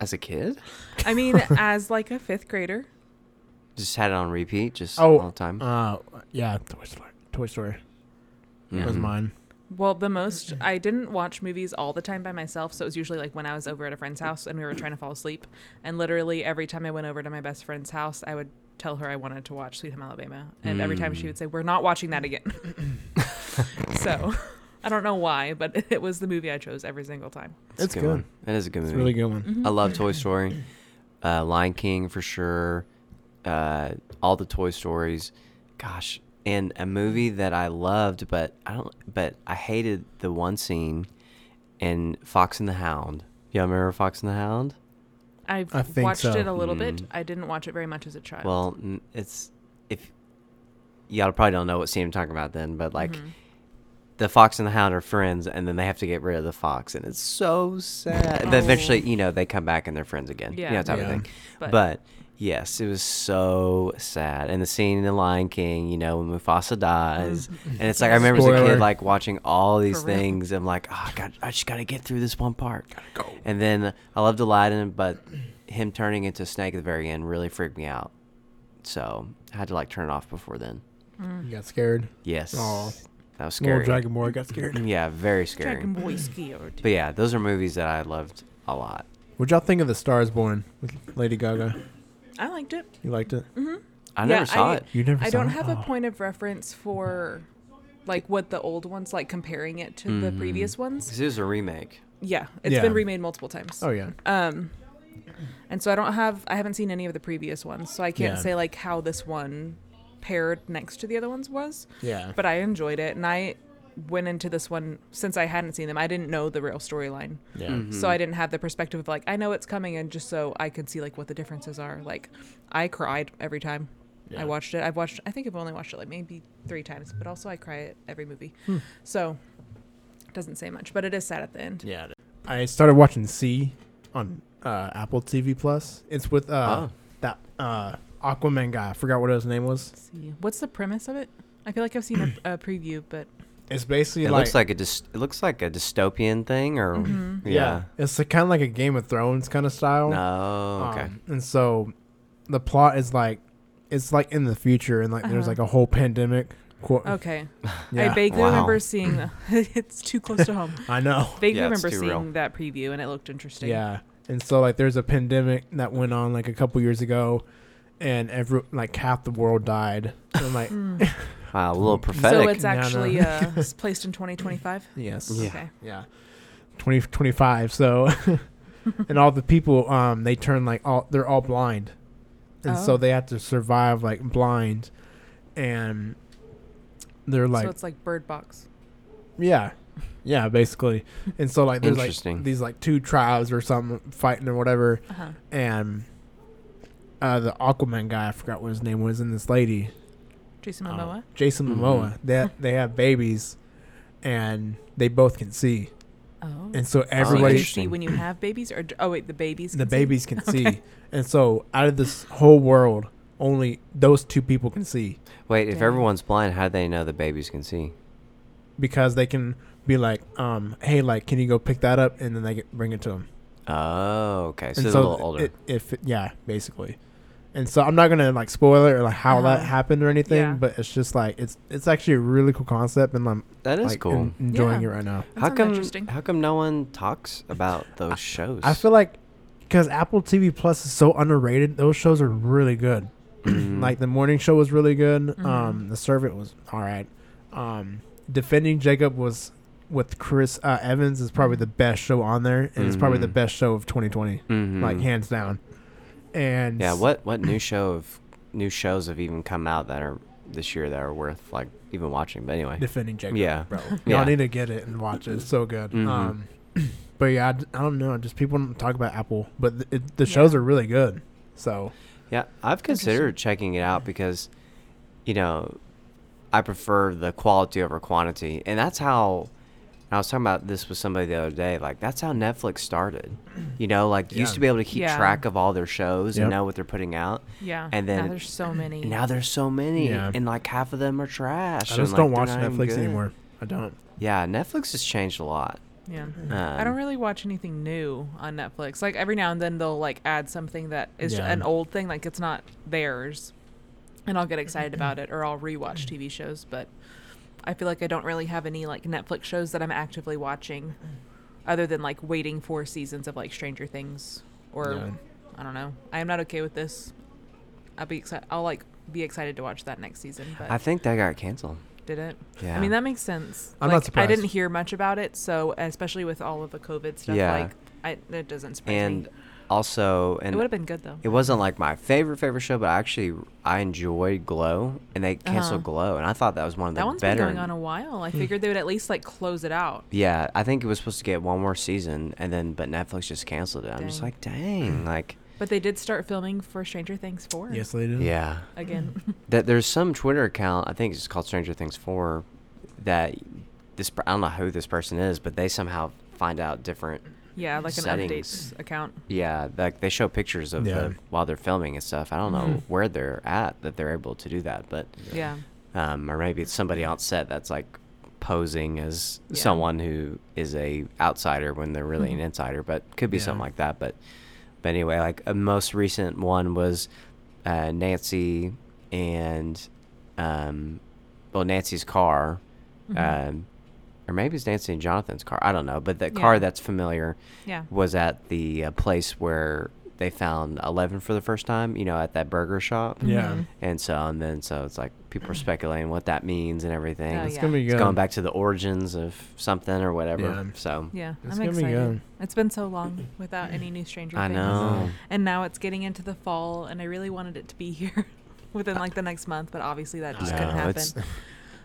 S2: As a kid,
S1: I mean, as like a fifth grader,
S2: just had it on repeat, just
S3: Oh,
S2: all the time.
S3: Uh, yeah. Toy Story. Toy Story was
S2: Mhm.
S3: mine.
S1: well, the most I didn't watch movies all the time by myself, so it was usually like when I was over at a friend's house and we were trying to fall asleep, and literally every time I went over to my best friend's house, I would tell her I wanted to watch Sweet Home Alabama, and every time she
S2: Mm.
S1: would say, "We're not watching that again." so, I don't know why, but it was the movie I chose every single time.
S2: That's a
S3: It's good.
S2: one. That is a good
S3: It's a
S2: movie.
S3: really good one.
S1: Mm-hmm.
S2: I love Toy Story, uh, Lion King for sure, uh, all the Toy Stories. Gosh, and a movie that I loved, but I don't. But I hated the one scene in Fox and the Hound. Y'all remember Fox and the Hound?
S1: I've
S3: I think
S1: watched
S3: so.
S1: it a little bit.
S2: Mm.
S1: I didn't watch it very much as a child.
S2: Well, n- it's if y'all probably don't know what scene I'm talking about then, but like.
S1: Mm-hmm.
S2: The fox and the hound are friends, and then they have to get rid of the fox, and it's so sad. And then
S1: Oh.
S2: eventually, you know, they come back and they're friends again. Yeah,
S1: Yeah.
S2: you know, type of
S3: Yeah.
S2: thing.
S1: but,
S2: But, yes, it was so sad. And the scene in The Lion King, you know, when Mufasa dies, and it's like I remember as a
S3: Spoiler.
S2: kid like watching all these
S1: For real.
S2: things. I'm like, oh God, I just gotta get through this one part. Gotta go. And then I loved Aladdin, but him turning into a snake at the very end really freaked me out. So I had to like turn it off before then.
S1: mm.
S3: You got scared.
S2: Yes,
S3: Aw.
S2: that was
S3: Little
S2: scary.
S3: Dragon Boy got scared.
S2: Yeah, very scary.
S1: Dragon Boy scared.
S2: But yeah, those are movies that I loved a lot.
S3: What y'all think of The Stars Born with Lady Gaga?
S1: I liked it.
S3: You liked it?
S2: I
S1: Yeah,
S2: never saw
S1: I-
S2: it.
S3: You never
S1: I
S3: saw
S1: don't
S3: it?
S1: have a
S3: Oh.
S1: point of reference for like what the old ones like comparing it to
S2: Mm-hmm.
S1: the previous ones.
S2: 'Cause it was a remake.
S1: Yeah, it's
S3: Yeah.
S1: been remade multiple times.
S3: Oh yeah.
S1: Um and so I don't have I haven't seen any of the previous ones, so I can't
S3: Yeah.
S1: say like how this one paired next to the other ones was.
S4: Yeah.
S1: But I enjoyed it, and I went into this one since I hadn't seen them. I didn't know the real storyline,
S4: Yeah.
S2: Mm-hmm.
S1: so I
S2: Hmm.
S1: didn't have the perspective of like I know it's coming, and just so I could see like what the differences are. Like I cried every time
S4: Yeah.
S1: I watched it. I've watched. I think I've only watched it like maybe three times, but also I cry at every movie, so it doesn't say much. But it is sad at the end.
S4: Yeah.
S3: I started watching C on uh, Apple TV Plus. It's with
S2: Ah.
S3: uh, that uh, Aquaman guy. I forgot what his name was.
S1: see. What's the premise of it? I feel like I've seen a, a preview, but
S3: It's basically
S2: It
S3: like,
S2: looks like a dys- it looks like a dystopian thing, or
S1: Mm-hmm.
S2: yeah.
S3: it's kind of like a Game of Thrones kind of style.
S2: No, okay.
S3: Um, and so the plot is like it's like in the future and like there's
S1: Uh-huh.
S3: like a whole pandemic. Qu-
S1: okay.
S3: Oh. Yeah.
S1: I vaguely
S2: Wow.
S1: remember seeing. it's too close to home.
S3: I know.
S1: Vaguely
S2: Yeah, it's
S1: remember
S2: too
S1: seeing
S2: real.
S1: that preview, and it looked interesting.
S3: Yeah. And so like there's a pandemic that went on like a couple years ago and every like half the world died. And I'm like
S2: wow, a little prophetic.
S1: Hmm. So it's
S3: No, no.
S1: actually uh, it's placed in 2025.
S3: yes.
S2: Yeah.
S1: Okay.
S3: Yeah. 20 25 so and all the people um they turn like all they're all blind. And
S1: Oh.
S3: so they have to survive like blind and they're like
S1: so it's like Bird Box.
S3: Yeah. Yeah, basically. And so like there's
S2: Interesting.
S3: like these like two tribes or something fighting or whatever
S1: Uh huh.
S3: and uh the Aquaman guy, I forgot what his name was, and this lady,
S1: Jason
S3: uh,
S1: Momoa.
S3: Jason
S2: Mhm.
S3: Momoa. That they, have babies and they both can see.
S1: Oh.
S3: And so
S1: Can you
S3: everybody
S2: interesting.
S1: see when you have babies, or oh wait, the babies.
S3: the
S1: can see?
S3: babies can
S1: Okay.
S3: see. And so out of this whole world, only those two people can see
S2: Wait, if
S1: Dang.
S2: everyone's blind, how do they know the babies can see?
S3: because they can be like, um, hey, like, can you go pick that up? And then they get, bring it to them.
S2: Oh, okay. So
S3: and
S2: they're
S3: so
S2: a little older.
S3: It, if it- yeah, basically. And so I'm not gonna like spoil it or like how that
S1: Uh-huh.
S3: happened or anything,
S1: Yeah.
S3: but it's just like it's it's actually a really cool concept, and I'm
S2: that is
S3: like
S2: cool.
S3: en- enjoying
S1: Yeah.
S3: it right now.
S1: That
S2: how
S1: sounds
S2: come?
S1: Interesting.
S2: How come no one talks about those shows?
S3: I feel like because Apple TV Plus is so underrated, those shows are really good.
S2: Mm-hmm.
S3: like the morning show was really good.
S1: Mm-hmm.
S3: Um, the Servant was all right. Um, Defending Jacob was with Chris uh, Evans is probably the best show on there, and it's probably the
S2: Mhm.
S3: best show of 2020,
S2: Mhm.
S3: like hands down. And
S2: yeah. What what new show of new shows have even come out that are this year that are worth like even watching? But anyway,
S3: defending Jacob.
S2: Yeah.
S3: bro.
S2: Yeah.
S3: Y'all need to get it and watch it. It's so good.
S2: Mhm.
S3: Um, but yeah, I, d- I don't know. Just people don't talk about Apple, but th- it, the shows
S1: Yeah.
S3: are really good. So
S2: Yeah, I've considered checking it out because, you know, I prefer the quality over quantity, and that's how. and I was talking about this with somebody the other day. Like that's how Netflix started. You know, like you used
S3: Yeah.
S2: to be able to keep
S1: Yeah.
S2: track of all their shows
S3: Yep.
S2: and know what they're putting out.
S1: Yeah.
S2: And
S1: now
S2: then-
S1: there's so many.
S2: And now there's so many,
S3: Yeah.
S2: and like half of them are trash.
S3: I
S2: and,
S3: just
S2: like,
S3: don't
S2: they're
S3: watch
S2: not even
S3: Netflix
S2: good.
S3: anymore. I don't.
S2: Yeah, Netflix has changed a lot.
S1: yeah.
S2: Um,
S1: I don't really watch anything new on Netflix. Like every now and then they'll like add something that is
S3: Yeah.
S1: an old thing, like it's not theirs, and I'll get excited about it, or I'll rewatch TV shows. But I feel like I don't really have any like Netflix shows that I'm actively watching, other than like waiting for seasons of like Stranger Things, or
S3: Yeah.
S1: I don't know. I am not okay with this. I'll be excited. I'll like be excited to watch that next season, but
S2: I think that got canceled.
S1: did it.
S2: Yeah.
S1: I mean, that makes sense.
S3: I'm
S1: like,
S3: not
S1: I
S3: surprised.
S1: didn't hear much about it, so especially with all of the COVID stuff,
S2: Yeah.
S1: like I, it doesn't surprise
S2: and
S1: me.
S2: also, and
S1: it would have been good though.
S2: it wasn't like my favorite favorite show, but I actually I enjoyed Glow, and they canceled
S1: Uh-huh.
S2: Glow, and I thought that was one of the
S1: that one's
S2: better.
S1: been going on a while.
S3: Hmm.
S1: I figured they would at least like close it out.
S2: yeah, I think it was supposed to get one more season, and then but Netflix just canceled it. I'm just
S1: Dang.
S2: like, dang, like
S1: But they did start filming for Stranger Things four.
S3: Yes, they do.
S2: yeah.
S1: Again.
S2: That there's some Twitter account I think it's called Stranger Things Four, that this per- I don't know who this person is, but they somehow find out different.
S1: yeah, like an
S2: Settings.
S1: updates account.
S2: Yeah, like they show pictures of
S3: Yeah.
S2: the, while they're filming and stuff. I don't know
S1: Mm-hmm.
S2: where they're at that they're able to do that, but
S1: Yeah.
S2: um, or maybe it's somebody on set that's like posing as
S1: Yeah. Mm-hmm.
S2: someone who is a outsider when they're really an insider, but could be something
S3: Yeah.
S2: like that. But but anyway, like a most recent one was uh, Nancy and um, well Nancy's car, um, or maybe it's Nancy and Jonathan's car. I don't know, but that
S1: Mm-hmm. Yeah.
S2: car that's familiar
S1: Yeah.
S2: was at the uh, place where they found Eleven for the first time. You know, at that burger shop.
S3: Yeah.
S1: Mm-hmm.
S2: And so, and then so it's like people are speculating what that means and everything.
S1: Oh, yeah.
S2: it's
S3: It's gonna be
S2: it's
S3: good.
S2: going back to the origins of something or whatever.
S3: Yeah.
S2: So
S1: Yeah.
S3: It's
S1: I'm
S3: gonna be
S1: excited.
S3: good.
S1: It's been so long without any new Stranger
S2: I
S1: Things.
S2: know.
S1: And now it's getting into the fall and I really wanted it to be here. within like the next month, but obviously that just
S2: No,
S1: couldn't happen.
S2: it's-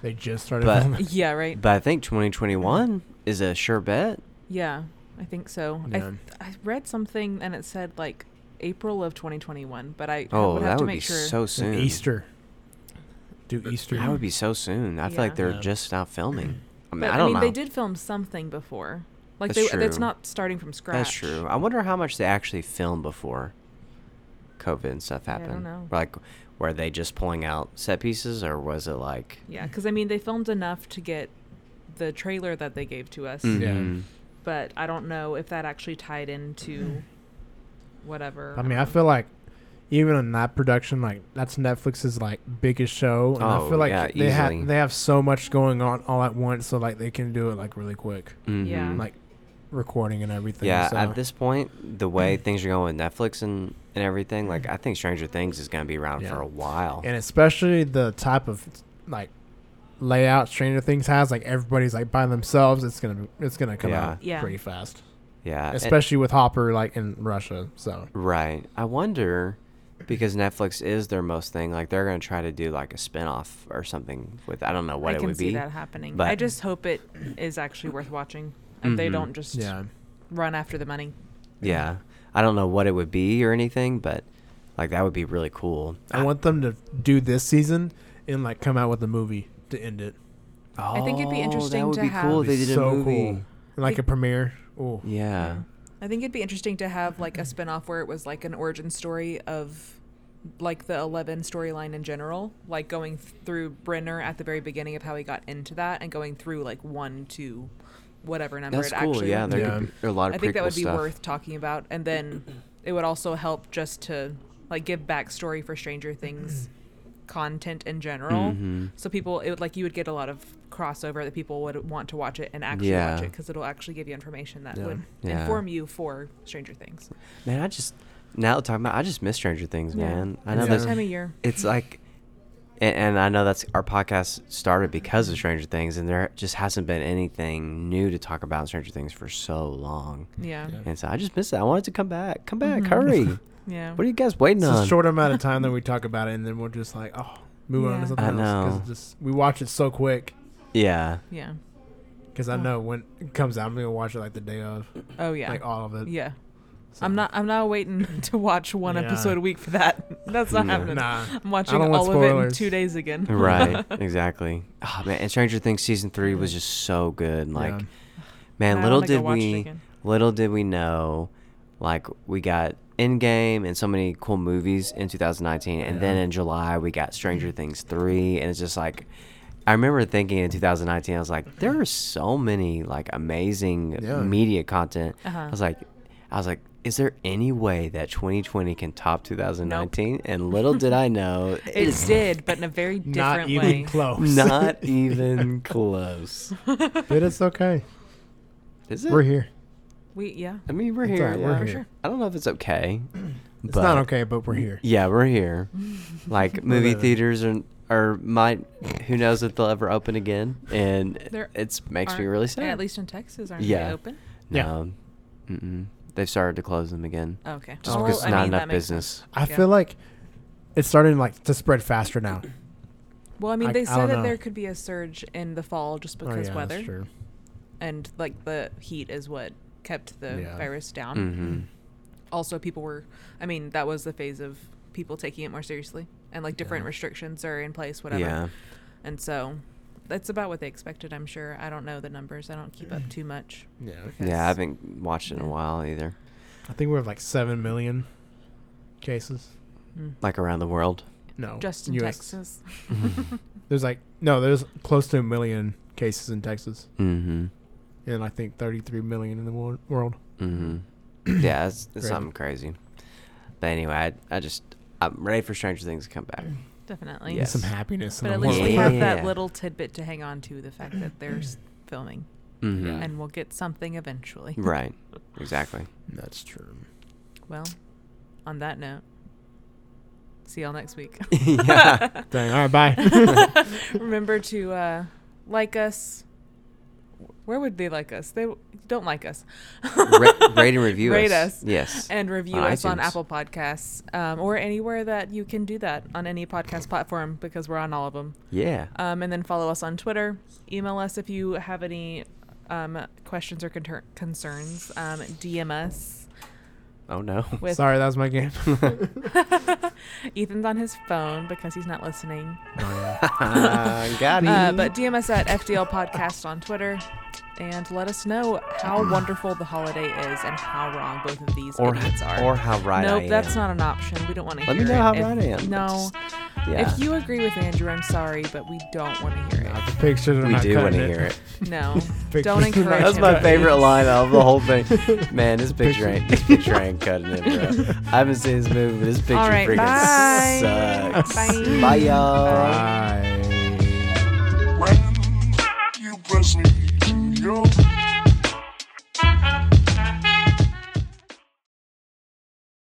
S3: They just started.
S2: But-
S3: filming.
S1: Yeah, right.
S2: But I think 2021 is a sure bet.
S1: Yeah, I think so. I,
S3: Yeah.
S1: th- I read something and it said like April of 2021, but I
S2: Oh,
S1: would have
S2: that
S1: to
S2: would
S1: make
S2: be
S1: sure.
S2: so soon.
S3: And Easter. Do Easter.
S2: That would be so soon. I feel
S1: Yeah.
S2: like they're
S3: Yeah.
S2: just now filming. I mean,
S1: but,
S2: I don't
S1: mean,
S2: know.
S1: they did film something before. Like
S2: That's
S1: they, it's
S2: true.
S1: not starting from scratch.
S2: That's true. I wonder how much they actually filmed before COVID and stuff
S1: Yeah, I don't
S2: happened.
S1: know.
S2: Like, were they just pulling out set pieces, or was it like?
S1: Yeah, because I mean, they filmed enough to get the trailer that they gave to us,
S3: Mm.
S2: Mhm.
S1: but I don't know if that actually tied into whatever.
S3: I mean, I feel like even in that production, like that's Netflix's like biggest show, and I
S2: Oh,
S3: feel like
S2: yeah,
S3: they
S2: easily.
S3: have they have so much going on all at once, so like they can do it like really quick,
S1: Yeah.
S2: Mhm.
S3: like recording and everything.
S2: yeah.
S3: so.
S2: At this point, the way
S3: Mm.
S2: things are going with Netflix and and everything, like I think Stranger Things is gonna be around
S3: Yeah.
S2: for a while.
S3: and especially the type of like layout Stranger Things has, like everybody's like by themselves, it's gonna it's gonna come
S2: Yeah.
S3: out
S1: Yeah.
S3: pretty fast,
S2: yeah. and-
S3: especially with Hopper like in Russia. So
S2: right. I wonder because Netflix is their most thing. Like they're gonna try to do like a spin-off or something with I don't know what
S1: I
S2: it
S1: can
S2: would
S1: see
S2: be.
S1: that happening. I
S2: but-
S1: just hope it is actually worth watching. And They
S2: Mhm.
S1: don't just
S3: yeah,
S1: run after the money.
S2: Yeah. I don't know what it would be or anything, but like that would be really cool.
S3: I want them to do this season and like come out with a movie to end it.
S2: Oh,
S1: think it'd be interesting
S2: that would
S1: to
S2: be
S1: have-
S2: cool. if
S3: It'd
S2: They
S3: be
S2: did a
S3: so
S2: movie.
S3: cool. Like a premiere. Oh,
S2: Yeah.
S1: I think it'd be interesting to have like a spin off where it was like an origin story of like the 11 storyline in general, like going th- through Brenner at the very beginning of how he got into that and going through like one, two, whatever number
S2: That's
S1: it
S2: cool.
S1: actually
S2: yeah,
S1: would
S2: there
S3: Yeah.
S2: could be a lot of
S1: I think that
S2: prequel
S1: would be
S2: stuff.
S1: worth talking about, and then it would also help just to like give backstory for Stranger Things content in general.
S2: Mhm.
S1: So people, it would like you would get a lot of crossover that people would want to watch it and actually watch
S2: Yeah.
S1: it because it'll actually give you information that
S3: Yeah.
S1: would
S2: Yeah.
S1: inform you for Stranger Things.
S2: Man, I just now talking about I just miss Stranger Things,
S1: Yeah.
S2: man. I
S3: It's
S2: know
S3: that
S2: there's
S1: time of year.
S2: It's like and, and I know that's our podcast started because of Stranger Things and there just hasn't been anything new to talk about in Stranger Things for so long.
S1: Yeah, yeah.
S3: Yeah.
S2: And so I just miss it. I wanted to come back. Come back, hurry. What are you guys waiting
S3: It's
S2: on?
S3: a short amount of time that we talk about it, and then we're just like, oh, move on
S1: Yeah.
S3: to something
S2: I
S3: else. 'cause
S2: know.
S3: it's just we watch it so quick
S2: yeah.
S1: yeah.
S3: because I know when it comes out, I'm gonna watch it like the day of,
S1: Oh yeah,
S3: like all of it.
S1: yeah.
S3: so.
S1: I'm not. I'm not waiting to watch one
S3: Yeah.
S1: episode a week for that. That's not
S2: No.
S1: happening.
S3: Nah,
S1: I'm watching
S3: don't want
S1: all of it in
S3: spoilers.
S1: two days again.
S2: right exactly oh man and stranger things season three was just so good
S3: Yeah.
S2: like
S1: I
S2: man
S1: wanna
S2: little
S1: go
S2: did
S1: watch it
S2: we
S1: again.
S2: little did we know like we got Endgame and so many cool movies in 2019 and then in July we got Stranger Things 3 and it's just like I remember thinking in 2019 I was like there are so many like amazing
S3: Yeah.
S2: media content
S1: Uh-huh.
S2: I was like I was like is there any way that 2020 can top 2019 and little did I know
S1: It did, but in a very different
S3: not even
S1: way.
S3: close.
S2: not even close.
S3: but it's okay.
S2: Is it?
S3: We're here.
S1: we yeah.
S2: I mean, we're
S3: It's
S2: here.
S3: alright,
S2: yeah.
S3: we're
S1: for
S3: here.
S1: sure.
S2: I don't know if it's okay.
S3: It's
S2: but-
S3: not okay, but we're here.
S2: Yeah, we're here. Like movie
S3: living.
S2: theaters are are might who knows if they'll ever open again, and
S1: There
S2: it makes me
S1: Aren't-
S2: really
S1: yeah,
S2: sad.
S1: At least in Texas, aren't
S2: Yeah.
S1: they open?
S3: Yeah.
S2: no, mm-mm. they've started to close them again.
S1: Okay.
S2: Just
S3: Oh,
S2: because
S3: I
S2: not
S3: mean,
S1: that
S2: enough
S1: makes
S2: business.
S3: I
S1: Yeah.
S3: feel like it's starting like to spread faster now.
S1: sense. Well, I mean,
S3: I-
S1: they
S3: I
S1: said
S3: don't
S1: that
S3: know. Oh,
S1: there could be a surge in the fall just because
S3: yeah,
S1: weather
S3: That's true.
S1: and like the heat is what kept the
S3: Yeah.
S1: virus down.
S2: Mm-hmm.
S1: Also, people were. I mean, that was the phase of people taking it more seriously and like different restrictions are in place, whatever.
S2: Yeah,
S1: And so, that's about what they expected. I'm sure. I don't know the numbers. I don't keep up too much.
S3: Yeah,
S2: yeah. I
S1: because-
S2: haven't watched it in a
S1: Yeah.
S2: while either.
S3: I think we have like seven million cases.
S1: Mm.
S2: Like around the world.
S3: No,
S1: Just in
S3: US.
S1: Texas.
S3: There's like no, there's close to a million cases in Texas,
S2: Mm-hmm.
S3: and I think 33 million in the wor- world.
S2: hmm yeah, it's, it's
S3: Crazy.
S2: something crazy. But anyway, I, I just I'm ready for Stranger Things to come back.
S1: Definitely.
S3: And
S2: Yes.
S3: some happiness.
S1: But
S3: in
S1: at
S3: the
S1: least
S3: world.
S1: we have that
S2: Yeah.
S1: little tidbit to hang on to the fact that they're s- filming,
S2: hmm
S3: Yeah.
S1: and we'll get something eventually.
S2: Right. Exactly.
S3: That's true.
S1: Well, on that note, see y'all next week.
S2: yeah.
S3: Dang. All right. Bye.
S1: Remember to uh, like us, w- Where would they like us? They don't like us.
S2: Ra- rate and review
S1: Rate us.
S2: Yes.
S1: and review
S2: On
S1: us on
S2: iTunes.
S1: Apple Podcasts um, or anywhere that you can do that on any podcast platform because we're on all of them.
S2: yeah.
S1: Um, and then follow us on Twitter. Email us if you have any um, questions or conter- concerns. Um, DM us.
S2: Oh no.
S1: With
S3: Sorry, that was my game.
S1: Ethan's on his phone because he's not listening.
S2: Got it.
S1: Uh, but DM us at FDL Podcast on Twitter. And let us know how wonderful the holiday is and how wrong both of these
S2: or
S1: idiots are.
S2: or how right I
S1: nope,
S2: am.
S1: that's not an option. We don't want to
S2: Let
S1: hear
S2: me know
S1: it.
S2: how
S1: If-
S2: right I am.
S1: No.
S2: Just- yeah.
S1: If you agree with Andrew, I'm sorry, but we don't want to hear it.
S3: Pictures are
S2: we
S3: not
S2: do want
S3: cutting
S2: to hear it.
S1: No,
S3: Pictures
S1: don't
S3: are
S1: encourage
S3: not-
S2: That's
S1: him.
S2: my favorite line of the whole thing. Man, this picture ain't this picture ain't cutting it, bro. I haven't seen this movie, but this picture
S1: All right,
S2: freaking
S1: bye.
S2: sucks.
S1: Bye.
S2: y'all.
S3: Bye.